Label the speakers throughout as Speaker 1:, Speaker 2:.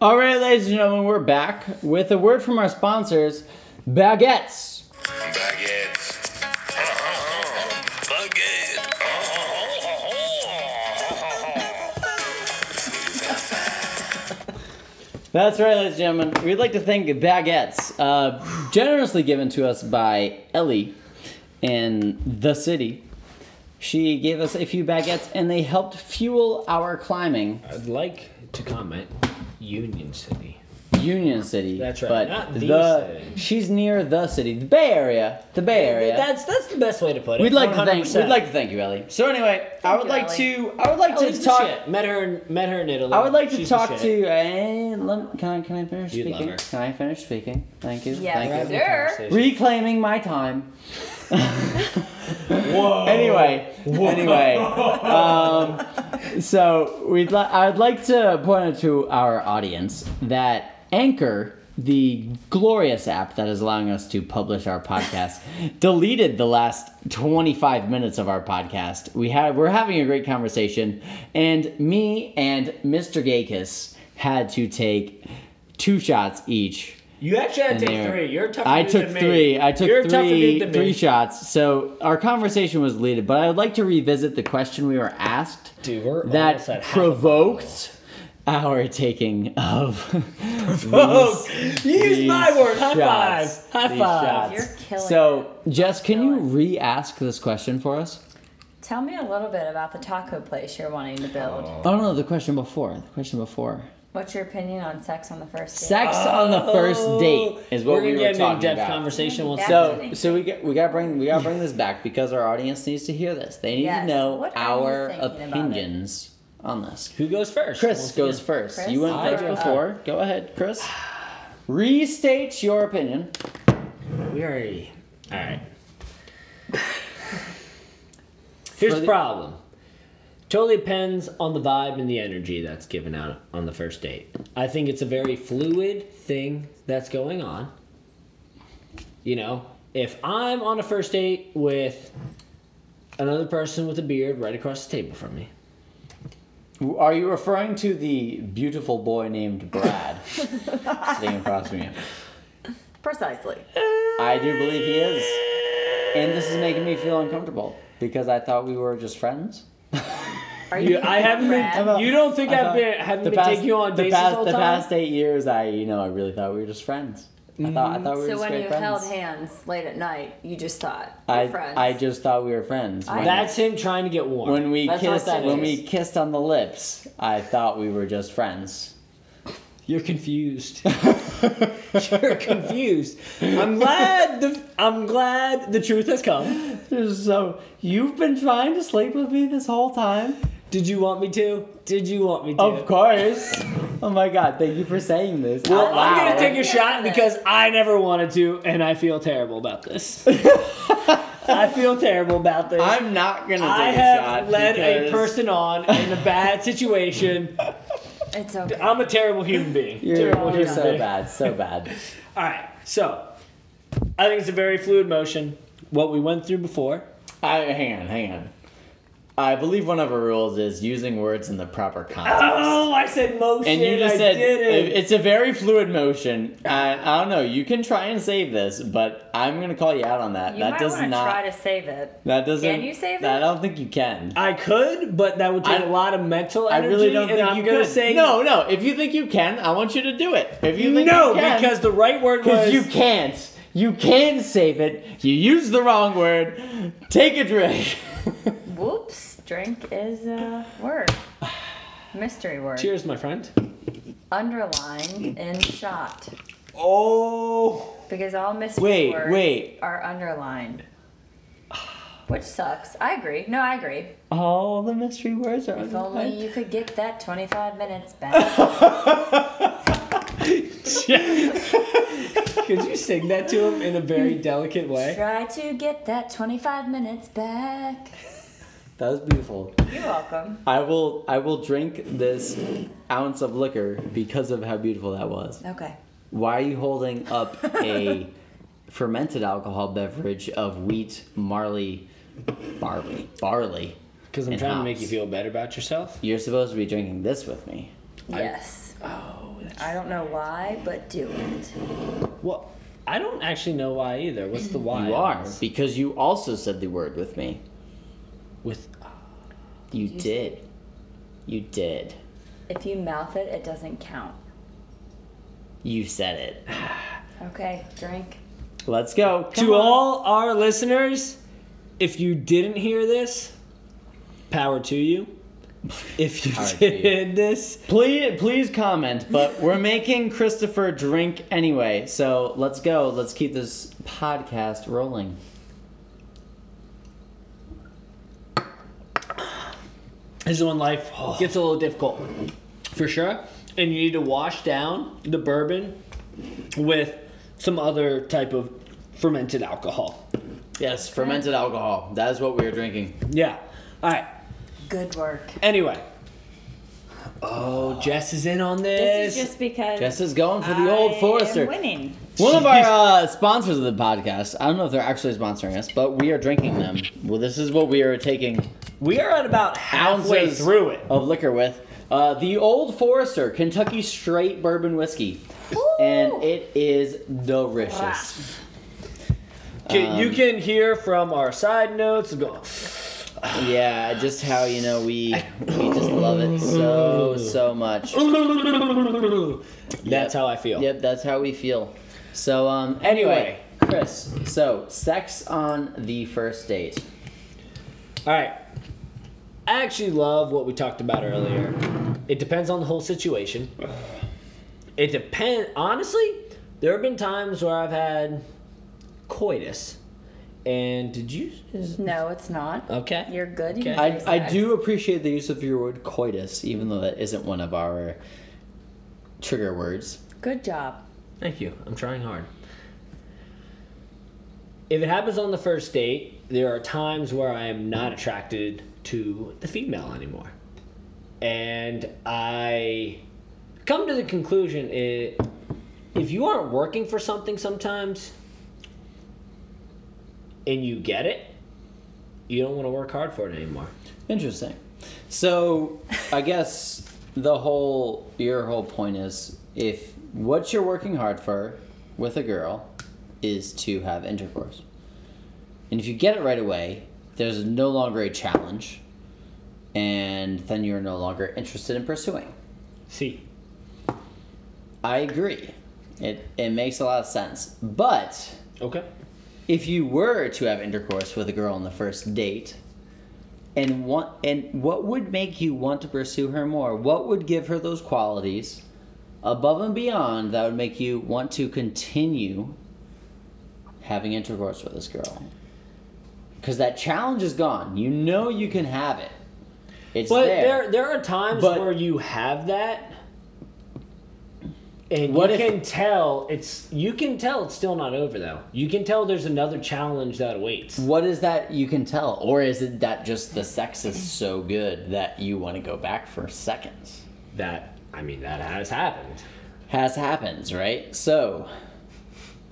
Speaker 1: All right, ladies and gentlemen, we're back with a word from our sponsors, Baguettes.
Speaker 2: Baguettes. Baguette.
Speaker 1: That's right, ladies and gentlemen. We'd like to thank Baguettes, uh, generously given to us by Ellie in the city. She gave us a few baguettes and they helped fuel our climbing
Speaker 3: I'd like to comment Union City.
Speaker 1: Union City.
Speaker 3: That's right,
Speaker 1: But
Speaker 3: not the city.
Speaker 1: she's near the city, the Bay Area, the Bay Area.
Speaker 3: That's that's the best way to put it.
Speaker 1: we'd like to thank
Speaker 3: 100%.
Speaker 1: we'd like to thank you, Ellie. So anyway, I would
Speaker 4: you,
Speaker 1: like
Speaker 4: Ellie.
Speaker 1: to I would like
Speaker 3: Ellie's
Speaker 1: to
Speaker 3: the
Speaker 1: talk
Speaker 3: shit. Met her in met her in Italy.
Speaker 1: I would like to
Speaker 3: She's the
Speaker 1: talk
Speaker 3: shit.
Speaker 1: to. And lem- can I can I finish
Speaker 3: You love
Speaker 1: speaking?
Speaker 3: her.
Speaker 1: Can I finish speaking? Thank you.
Speaker 4: Yes.
Speaker 1: Thank you.
Speaker 3: We're having a
Speaker 4: Sure.
Speaker 3: conversation.
Speaker 1: Reclaiming my time.
Speaker 3: Oh.
Speaker 1: Anyway, anyway, um, so we'd li- I'd like to point out to our audience that Anchor, the glorious app that is allowing us to publish our podcast, deleted the last 25 minutes of our podcast. We have we're having a great conversation, and me and Mr. Gakis had to take two shots each.
Speaker 3: You actually had to
Speaker 1: And they
Speaker 3: take
Speaker 1: were-
Speaker 3: three. You're a tougher
Speaker 1: I
Speaker 3: dude
Speaker 1: took
Speaker 3: than me.
Speaker 1: three. I took
Speaker 3: You're a tougher
Speaker 1: three
Speaker 3: dude than
Speaker 1: three
Speaker 3: me.
Speaker 1: shots. So our conversation was deleted, but I would like to revisit the question we were asked
Speaker 3: Dude, we're
Speaker 1: that
Speaker 3: almost at half a
Speaker 1: provoked our taking of
Speaker 3: Oh, you
Speaker 1: these
Speaker 3: used my word. High
Speaker 1: shots.
Speaker 3: five. High
Speaker 1: These
Speaker 3: five.
Speaker 1: shots.
Speaker 4: You're killing
Speaker 1: So, Jess, can you
Speaker 4: Killing.
Speaker 1: re-ask this question for us?
Speaker 4: Tell me a little bit about the taco place you're wanting to build.
Speaker 1: Oh no, the question before. The question before.
Speaker 4: What's your opinion on sex on the first date?
Speaker 1: Sex on the first date is what
Speaker 3: we're
Speaker 1: we
Speaker 3: gonna
Speaker 1: were
Speaker 3: get an
Speaker 1: talking
Speaker 3: in-depth
Speaker 1: about.
Speaker 3: conversation once.
Speaker 4: That's
Speaker 3: So,
Speaker 4: it.
Speaker 1: So, so we get, we gotta bring we gotta bring this back because our audience needs to hear this. They need
Speaker 4: Yes.
Speaker 1: to know
Speaker 4: What are you
Speaker 1: our
Speaker 4: thinking about it?
Speaker 1: opinions on this.
Speaker 3: who goes first?
Speaker 1: Chris
Speaker 3: Once
Speaker 1: goes
Speaker 3: again.
Speaker 1: first.
Speaker 4: Chris?
Speaker 1: You went
Speaker 3: I
Speaker 1: first
Speaker 3: go
Speaker 1: before. Go ahead, Chris. Restate your opinion.
Speaker 3: We already. All right. Here's
Speaker 1: For the-
Speaker 3: the problem. Totally depends on the vibe and the energy that's given out on the first date. I think it's a very fluid thing that's going on. You know, if I'm on a first date with another person with a beard right across the table from me,
Speaker 1: Are you referring to the beautiful boy named Brad sitting across from you?
Speaker 4: Precisely.
Speaker 1: I do believe he is, and this is making me feel uncomfortable because I thought we were just friends.
Speaker 4: Are
Speaker 3: you, I haven't been.
Speaker 4: Brad?
Speaker 1: about-
Speaker 3: you don't think
Speaker 1: I
Speaker 3: I've
Speaker 1: thought-
Speaker 3: been haven't
Speaker 1: the
Speaker 3: been
Speaker 1: past-
Speaker 3: taking you on
Speaker 1: the
Speaker 3: dates
Speaker 1: past,
Speaker 3: this whole
Speaker 1: the
Speaker 3: time?
Speaker 1: past eight years. I, you know, I really thought we were just friends. I thought I thought we were
Speaker 4: So
Speaker 1: just
Speaker 4: when
Speaker 1: great
Speaker 4: you
Speaker 1: friends.
Speaker 4: held hands late at night, you just thought we're
Speaker 1: I
Speaker 4: friends.
Speaker 1: I just thought we were friends.
Speaker 4: I-
Speaker 1: When-
Speaker 3: That's him trying to get warm.
Speaker 1: when we
Speaker 3: That's not
Speaker 1: kissed
Speaker 3: that
Speaker 1: when
Speaker 3: is.
Speaker 1: we kissed on the lips, I thought we were just friends.
Speaker 3: You're confused. You're confused. I'm glad the I'm glad the truth has come.
Speaker 1: So you've been trying to sleep with me this whole time?
Speaker 3: Did you want me to? Did you want me to?
Speaker 1: Of course. Oh my god, thank you for saying this.
Speaker 3: Well,
Speaker 1: out
Speaker 3: I'm gonna
Speaker 1: loud.
Speaker 3: take a shot because I never wanted to, and I feel terrible about this. I feel terrible about this.
Speaker 1: I'm not gonna take
Speaker 3: I
Speaker 1: a
Speaker 3: have
Speaker 1: shot
Speaker 3: led a
Speaker 1: because
Speaker 3: person on in a bad situation.
Speaker 4: It's okay.
Speaker 3: I'm a terrible human being.
Speaker 1: You're,
Speaker 3: Terrible
Speaker 1: you're
Speaker 3: human
Speaker 1: so
Speaker 3: being.
Speaker 1: bad, so bad.
Speaker 3: All right, so I think it's a very fluid motion. What we went through before.
Speaker 1: I hang on, hang on. I believe one of our rules is using words in the proper context.
Speaker 3: Oh, I said motion.
Speaker 1: and you just
Speaker 3: I
Speaker 1: said
Speaker 3: did it.
Speaker 1: it's a very fluid motion. I, I don't know. You can try and save this, but I'm gonna call you out on that.
Speaker 4: you
Speaker 1: that
Speaker 4: might
Speaker 1: does
Speaker 4: want to
Speaker 1: not.
Speaker 4: try to save it.
Speaker 1: that doesn't.
Speaker 4: Can you save
Speaker 1: I
Speaker 4: it?
Speaker 1: don't think you can.
Speaker 3: I could, but that would take
Speaker 1: I-
Speaker 3: a lot of mental
Speaker 1: I
Speaker 3: energy.
Speaker 1: really don't
Speaker 3: and
Speaker 1: think
Speaker 3: I'm
Speaker 1: you
Speaker 3: gonna
Speaker 1: could.
Speaker 3: say
Speaker 1: no, no. If you think you can, I want you to do it. If you think you
Speaker 3: no,
Speaker 1: can,
Speaker 3: because the right word was
Speaker 1: because you can't. You can save it. You use the wrong word. Take a drink.
Speaker 4: Whoops. Drink is a word. Mystery word.
Speaker 3: Cheers, my friend.
Speaker 4: Underline in shot.
Speaker 3: Oh,
Speaker 4: Because all mystery
Speaker 1: Wait,
Speaker 4: words
Speaker 1: wait.
Speaker 4: are underlined. Which sucks. I agree. No, I agree.
Speaker 1: All the mystery words are
Speaker 4: If
Speaker 1: underlined.
Speaker 4: only you could get that 25 minutes back.
Speaker 3: could you sing that to him in a very delicate way?
Speaker 4: Try to get that 25 minutes back.
Speaker 1: That was beautiful.
Speaker 4: You're welcome.
Speaker 1: I will I will drink this ounce of liquor because of how beautiful that was.
Speaker 4: Okay.
Speaker 1: Why are you holding up a fermented alcohol beverage of wheat, marley, barley, barley?
Speaker 3: Because I'm
Speaker 1: And
Speaker 3: trying to make
Speaker 1: hops.
Speaker 3: you feel better about yourself.
Speaker 1: You're supposed to be drinking this with me.
Speaker 4: Yes.
Speaker 3: Oh, that's
Speaker 4: I don't know why, but do it.
Speaker 3: Well, I don't actually know why either. What's the why?
Speaker 1: You are
Speaker 3: Alex?
Speaker 1: because you also said the word with me.
Speaker 3: with.
Speaker 1: You did. You did.
Speaker 4: If you mouth it, it doesn't count.
Speaker 1: You said it.
Speaker 4: Okay, drink.
Speaker 1: Let's go. Come
Speaker 3: to
Speaker 1: on.
Speaker 3: all our listeners, if you didn't hear this, power to you. If you
Speaker 1: Power to you.
Speaker 3: did this,
Speaker 1: Please, please comment, but we're making Christopher drink anyway. So let's go. Let's keep this podcast rolling.
Speaker 3: this is when life gets a little difficult, for sure. And you need to wash down the bourbon with some other type of fermented alcohol.
Speaker 1: Yes, fermented alcohol. That is what we are drinking.
Speaker 3: Yeah. All right.
Speaker 4: Good work.
Speaker 3: Anyway. Oh, Jess is in on this.
Speaker 4: This is just because
Speaker 1: Jess is going for the old
Speaker 4: I
Speaker 1: Forester.
Speaker 4: am winning.
Speaker 1: One of our uh, sponsors of the podcast. I don't know if they're actually sponsoring us, but we are drinking them. Well, this is what we are taking
Speaker 3: we are at about halfway
Speaker 1: ounces
Speaker 3: through it.
Speaker 1: of liquor with. Uh, the Old Forester Kentucky Straight Bourbon Whiskey, and it is delicious.
Speaker 3: Can- you can hear from our side notes. Go,
Speaker 1: Yeah, just how you know we we just love it so so much.
Speaker 3: That's how I feel.
Speaker 1: Yep, that's how we feel. So um, anyway, Chris. So sex on the first date.
Speaker 3: All right. I actually love what we talked about earlier. It depends on the whole situation. It depend. Honestly, there have been times where I've had coitus, and did you? is-
Speaker 4: No, it's not.
Speaker 3: okay.
Speaker 4: You're good. You
Speaker 3: Okay.
Speaker 4: can
Speaker 1: I,
Speaker 4: have
Speaker 1: I
Speaker 4: sex.
Speaker 1: do appreciate the use of your word coitus, even though that isn't one of our trigger words.
Speaker 4: Good job.
Speaker 3: Thank you. I'm trying hard. If it happens on the first date, there are times where I am not attracted to the female anymore. And I come to the conclusion it, if you aren't working for something sometimes and you get it, you don't want to work hard for it anymore.
Speaker 1: Interesting. So I guess the whole your whole point is if what you're working hard for with a girl is to have intercourse. And if you get it right away, there's no longer a challenge and then you're no longer interested in pursuing.
Speaker 3: See,
Speaker 1: I agree. It it makes a lot of sense. But
Speaker 3: okay.
Speaker 1: if you were to have intercourse with a girl on the first date and want and what would make you want to pursue her more what would give her those qualities above and beyond that would make you want to continue having intercourse with this girl because that challenge is gone you know you can have it it's
Speaker 3: But
Speaker 1: there.
Speaker 3: there, there are times
Speaker 1: But-
Speaker 3: where you have that, and
Speaker 1: What
Speaker 3: you
Speaker 1: if-
Speaker 3: can tell it's you can tell it's still not over though. You can tell there's another challenge that awaits.
Speaker 1: what is that you can tell or is it that just the sex is so good that you want to go back for seconds
Speaker 3: That I mean, that has happened.
Speaker 1: has happens, right? So,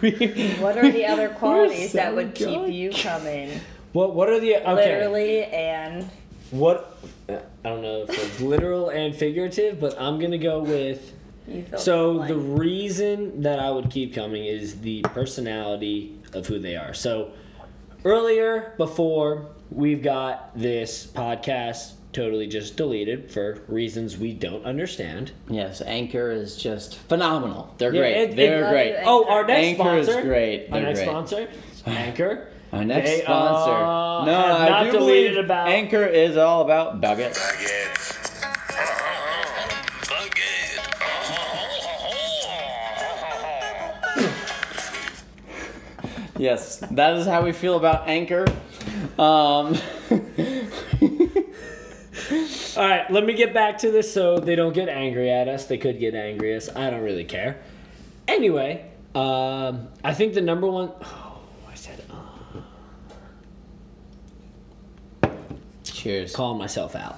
Speaker 1: we-
Speaker 4: What are the other qualities
Speaker 1: so
Speaker 4: that would keep
Speaker 1: drunk.
Speaker 4: you coming?
Speaker 3: What What are the okay?
Speaker 4: Literally and
Speaker 3: What I don't know if it's literal and figurative, but I'm gonna go with.
Speaker 4: you feel
Speaker 3: So the
Speaker 4: like-
Speaker 3: reason that I would keep coming is the personality of who they are. So earlier, before we've got this podcast totally just deleted for reasons we don't understand.
Speaker 1: yes, Anchor is just phenomenal. They're
Speaker 3: Yeah,
Speaker 1: great.
Speaker 3: it- it-
Speaker 1: They're
Speaker 4: Love
Speaker 1: great.
Speaker 4: you,
Speaker 3: Oh, our next
Speaker 1: Anchor is
Speaker 3: sponsor.
Speaker 1: great.
Speaker 3: Our
Speaker 1: They're
Speaker 3: next
Speaker 1: great.
Speaker 3: sponsor, Anchor.
Speaker 1: Our next
Speaker 3: They, uh,
Speaker 1: sponsor. no,
Speaker 3: have
Speaker 1: I
Speaker 3: not
Speaker 1: do
Speaker 3: deleted
Speaker 1: believe
Speaker 3: about-
Speaker 1: Anchor is all about Bucket.
Speaker 2: Baguettes. Baguette.
Speaker 1: Yes, that is how we feel about Anchor. Um,
Speaker 3: All right, let me get back to this so they don't get angry at us. They could get angry at us. I don't really care. Anyway, um, I think the number one oh I said uh,
Speaker 1: cheers.
Speaker 3: call myself out.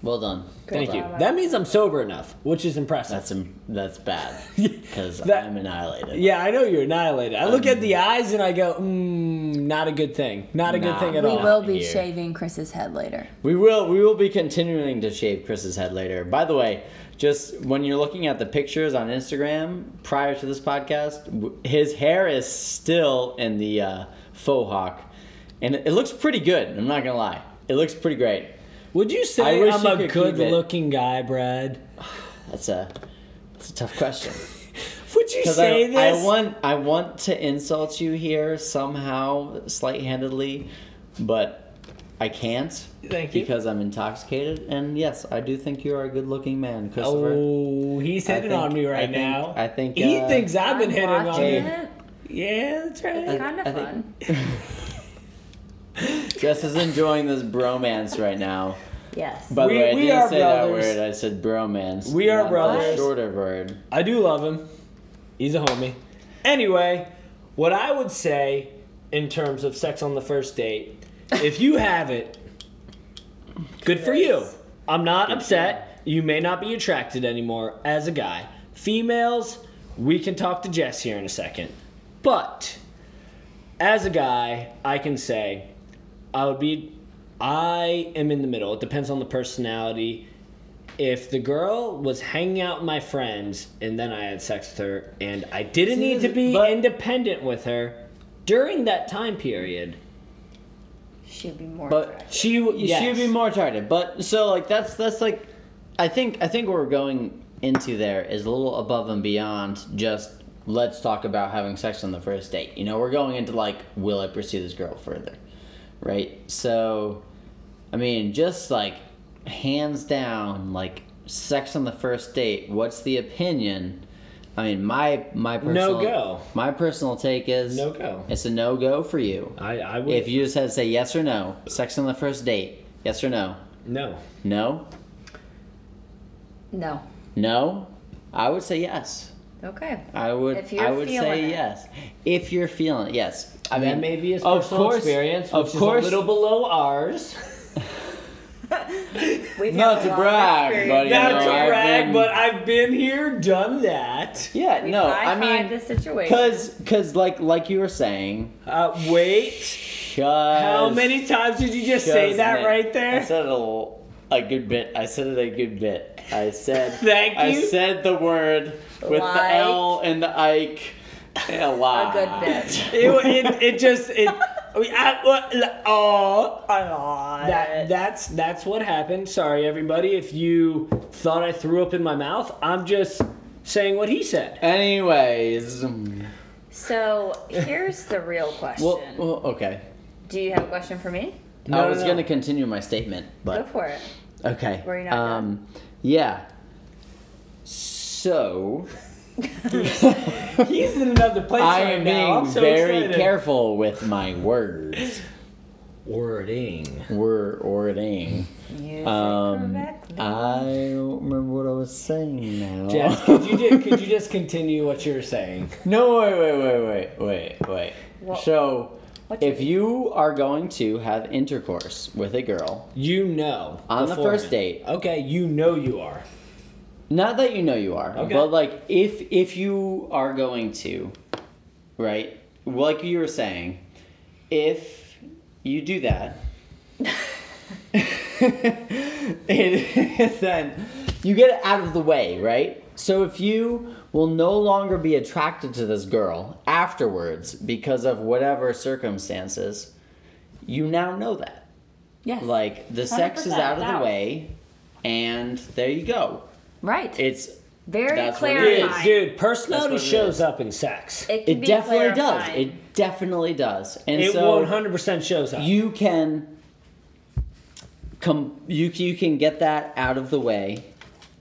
Speaker 1: Well done.
Speaker 3: Thank
Speaker 4: job.
Speaker 3: you. That means I'm sober enough, which is impressive.
Speaker 1: That's im- that's bad because
Speaker 3: That-
Speaker 1: I'm annihilated.
Speaker 3: yeah, I know you're annihilated. I look at the eyes and I go, mm, not a good thing. Not a
Speaker 1: Nah.
Speaker 3: good thing at
Speaker 1: We
Speaker 3: all.
Speaker 1: will be here.
Speaker 4: shaving Chris's head later.
Speaker 1: We will we will be continuing to shave Chris's head later. By the way, just when you're looking at the pictures on Instagram prior to this podcast, w- his hair is still in the uh, faux hawk, and it, it looks pretty good. I'm not gonna lie, it looks pretty great.
Speaker 3: Would you
Speaker 1: I
Speaker 3: say
Speaker 1: wish
Speaker 3: I'm
Speaker 1: you
Speaker 3: a
Speaker 1: could keep it.
Speaker 3: good looking guy, Brad?
Speaker 1: That's a that's a tough question.
Speaker 3: Would you
Speaker 1: Because
Speaker 3: say
Speaker 1: I,
Speaker 3: this?
Speaker 1: I want I want to insult you here somehow, slight handedly, but I can't.
Speaker 3: Thank you.
Speaker 1: Because I'm intoxicated, and yes, I do think you are a good-looking man, Christopher.
Speaker 3: oh, he's hitting
Speaker 1: think-
Speaker 3: on me right
Speaker 1: I think-
Speaker 3: now.
Speaker 1: I think,
Speaker 3: he
Speaker 1: uh,
Speaker 3: thinks I've been hitting on
Speaker 4: watching
Speaker 3: you.
Speaker 1: me.
Speaker 4: it.
Speaker 3: Yeah, that's
Speaker 4: It's
Speaker 3: right.
Speaker 4: kind of
Speaker 1: I think-
Speaker 4: fun.
Speaker 1: Jess is enjoying this bromance right now.
Speaker 4: Yes.
Speaker 1: By
Speaker 3: We-
Speaker 1: the way, I
Speaker 3: we
Speaker 1: didn't
Speaker 3: are
Speaker 1: say
Speaker 3: brothers.
Speaker 1: that word. I said bromance.
Speaker 3: We are
Speaker 1: not the
Speaker 3: brothers.
Speaker 1: shorter word.
Speaker 3: I do love him. He's a homie. Anyway, what I would say in terms of sex on the first date, if you have it, good for you. I'm not upset. You may not be attracted anymore as a guy. Females, we can talk to Jess here in a second. But as a guy, I can say I would be I am in the middle. It depends on the personality. If the girl was hanging out with my friends and then I had sex with her and I didn't
Speaker 1: See,
Speaker 3: need to be
Speaker 1: but-
Speaker 3: independent with her during that time period,
Speaker 4: She'd be more
Speaker 1: But-
Speaker 4: attractive.
Speaker 3: she w-
Speaker 1: You
Speaker 3: yes.
Speaker 1: should be more targeted. But so like that's that's like I think I think what we're going into there is a little above and beyond just let's talk about having sex on the first date. You know, we're going into like will I pursue this girl further? Right? So I mean, just like hands down like sex on the first date, what's the opinion? I mean, my my personal
Speaker 3: go.
Speaker 1: My personal take is
Speaker 3: No go.
Speaker 1: It's a no go for you.
Speaker 3: I, I would
Speaker 1: If you just had to say yes or no, sex on the first date, yes or no?
Speaker 3: no.
Speaker 1: No?
Speaker 4: No.
Speaker 1: No? I would say yes.
Speaker 4: Okay.
Speaker 1: I would.
Speaker 4: If you're
Speaker 1: I would
Speaker 4: feeling
Speaker 1: say
Speaker 4: it.
Speaker 1: yes. If you're feeling it, yes. I
Speaker 3: that
Speaker 1: mean,
Speaker 3: may be his
Speaker 1: of
Speaker 3: personal
Speaker 1: course-
Speaker 3: experience, which
Speaker 1: of course,
Speaker 3: is a little below ours.
Speaker 4: We've
Speaker 1: Not
Speaker 4: had
Speaker 1: to
Speaker 4: a lot of
Speaker 1: brag,
Speaker 4: experience.
Speaker 1: buddy.
Speaker 3: Not
Speaker 1: You know,
Speaker 3: to
Speaker 1: I've
Speaker 3: brag,
Speaker 1: been-
Speaker 3: but I've been here, done that.
Speaker 1: Yeah.
Speaker 4: We've
Speaker 1: no. I
Speaker 4: high-fived
Speaker 1: mean,
Speaker 4: the situation.
Speaker 1: because because like like you were saying,
Speaker 3: Uh, wait, how
Speaker 1: just-
Speaker 3: many times did you
Speaker 1: just
Speaker 3: just say that
Speaker 1: meant-
Speaker 3: right
Speaker 1: I
Speaker 3: there?
Speaker 1: said it a, l- a good bit. I said it a good bit. I said.
Speaker 3: Thank
Speaker 1: I
Speaker 3: you.
Speaker 1: said the word with
Speaker 4: Like.
Speaker 1: the L and the Ike. A lot.
Speaker 4: good bit.
Speaker 3: It, it, it just it. we- I- what- l- Oh, that that's that's what happened. Sorry, everybody, if you thought I threw up in my mouth. I'm just saying what he said.
Speaker 1: Anyways,
Speaker 4: So here's the real question.
Speaker 1: well, well, okay.
Speaker 4: Do you have a question for me?
Speaker 3: No,
Speaker 1: I was
Speaker 3: no, no.
Speaker 1: gonna continue my statement,
Speaker 4: Go
Speaker 1: but
Speaker 4: for it.
Speaker 1: okay.
Speaker 4: Were you not
Speaker 1: um, yeah. So
Speaker 3: He's in another place
Speaker 1: I
Speaker 3: right
Speaker 1: am
Speaker 3: now.
Speaker 1: being
Speaker 3: I'm so
Speaker 1: very
Speaker 3: excited.
Speaker 1: careful with my words.
Speaker 3: Wording.
Speaker 1: We're ordering.
Speaker 4: Use
Speaker 1: Um,
Speaker 4: it correctly.
Speaker 1: I don't remember what I was saying now.
Speaker 3: Jess, could you just, could you just continue what you were saying?
Speaker 1: No, wait, wait, wait, wait, wait, wait.
Speaker 4: What-
Speaker 1: so,
Speaker 4: what do you
Speaker 1: if you are going to have intercourse with a girl,
Speaker 3: You know.
Speaker 1: On the first
Speaker 3: beforehand.
Speaker 1: date.
Speaker 3: Okay, you know you are.
Speaker 1: not that you know you are,
Speaker 3: Okay.
Speaker 1: but like if if you are going to, right? Like you were saying, if you do that, it, then you get it out of the way, right? So if you will no longer be attracted to this girl afterwards because of whatever circumstances, you now know that.
Speaker 4: yes.
Speaker 1: Like the sex is
Speaker 4: 100%
Speaker 1: out of
Speaker 4: out.
Speaker 1: the way, and there you go.
Speaker 4: right.
Speaker 1: It's
Speaker 4: Very
Speaker 1: that's what it
Speaker 4: clarifying.
Speaker 1: is.
Speaker 3: Dude, dude personality
Speaker 1: That's what it
Speaker 3: shows
Speaker 1: is.
Speaker 3: up in sex.
Speaker 4: It, can
Speaker 1: it
Speaker 4: be
Speaker 1: definitely does.
Speaker 4: clarifying.
Speaker 1: It definitely does. And
Speaker 3: It
Speaker 1: so
Speaker 3: 100% shows up.
Speaker 1: you can come you you can get that out of the way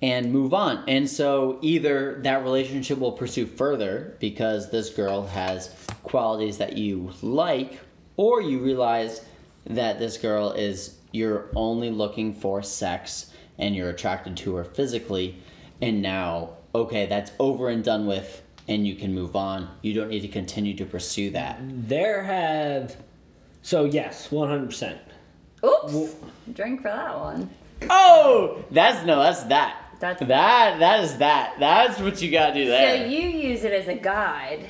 Speaker 1: and move on. And so either that relationship will pursue further because this girl has qualities that you like or you realize that this girl is you're only looking for sex and you're attracted to her physically and now okay that's over and done with and you can move on. You don't need to continue to pursue that.
Speaker 3: there have. So, yes, 100%.
Speaker 4: Oops. Drink for that one.
Speaker 1: Oh, that's no, that's that.
Speaker 4: That's-
Speaker 1: that. That is that. That's what you gotta do
Speaker 4: So
Speaker 1: there.
Speaker 4: you use it as a guide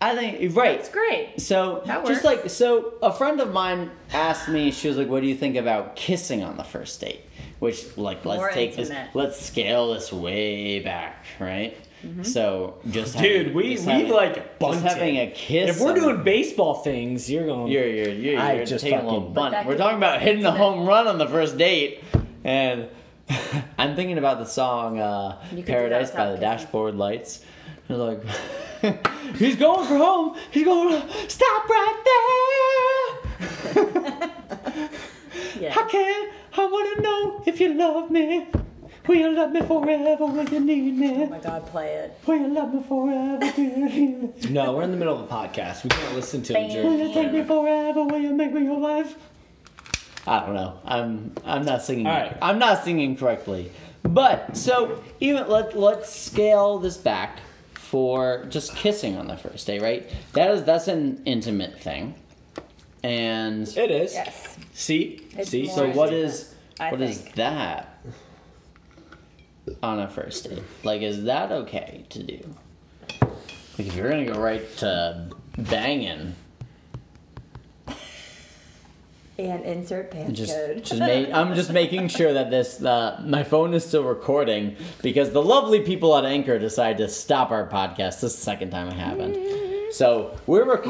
Speaker 1: I think right.
Speaker 4: It's great.
Speaker 1: So
Speaker 4: That
Speaker 1: just
Speaker 4: works.
Speaker 1: like so, a friend of mine asked me. She was like, "What do you think about kissing on the first date?" Which like let's
Speaker 4: More
Speaker 1: take this,
Speaker 4: intimate.
Speaker 1: let's scale this way back, right?
Speaker 4: Mm-hmm.
Speaker 1: So just
Speaker 5: Dude,
Speaker 1: having-
Speaker 5: we
Speaker 1: just
Speaker 5: we
Speaker 1: having-
Speaker 5: like bunked
Speaker 1: just having a
Speaker 5: it.
Speaker 1: kiss.
Speaker 5: If we're
Speaker 1: on-
Speaker 5: doing baseball things, you're going.
Speaker 1: you're you're you're,
Speaker 5: I
Speaker 1: you're
Speaker 5: just
Speaker 1: taking a little
Speaker 5: fucking-
Speaker 1: bunt.
Speaker 4: That
Speaker 1: We're
Speaker 4: could-
Speaker 1: talking about hitting the
Speaker 4: that's it.
Speaker 1: home run on the first date, and I'm thinking about the song uh,
Speaker 4: You could do that
Speaker 1: "Paradise" by
Speaker 4: without
Speaker 1: the
Speaker 4: kissing.
Speaker 1: Dashboard Lights. You're like, he's going for home. He's going. Stop right there. I
Speaker 4: Yeah.
Speaker 1: can't. I wanna know if you love me. Will you love me forever when you need
Speaker 4: Oh
Speaker 1: me?
Speaker 4: my god, play it.
Speaker 1: Will you love me forever? Do you need me?
Speaker 5: No, we're in the middle of a podcast. We can't listen to
Speaker 4: Bam.
Speaker 5: it during
Speaker 1: Will
Speaker 5: the
Speaker 1: you take me
Speaker 5: camera.
Speaker 1: forever? Will you make me your wife? I don't know. I'm I'm not singing.
Speaker 5: All right.
Speaker 1: I'm not singing correctly. But so even let let's scale this back for just kissing on the first day, right? That is that's an intimate thing, and
Speaker 5: It is.
Speaker 4: Yes.
Speaker 5: See,
Speaker 4: It's
Speaker 5: see.
Speaker 4: more-
Speaker 1: so what is
Speaker 4: I
Speaker 1: what is
Speaker 4: think.
Speaker 1: that on a first date? Like, is that okay to do? Like, if you're gonna go right to banging,
Speaker 4: And insert
Speaker 1: just
Speaker 4: passcode.
Speaker 1: just make, I'm just making sure that this uh, my phone is still recording because the lovely people at Anchor decide to stop our podcast. This is the second time it happened. So we're recording.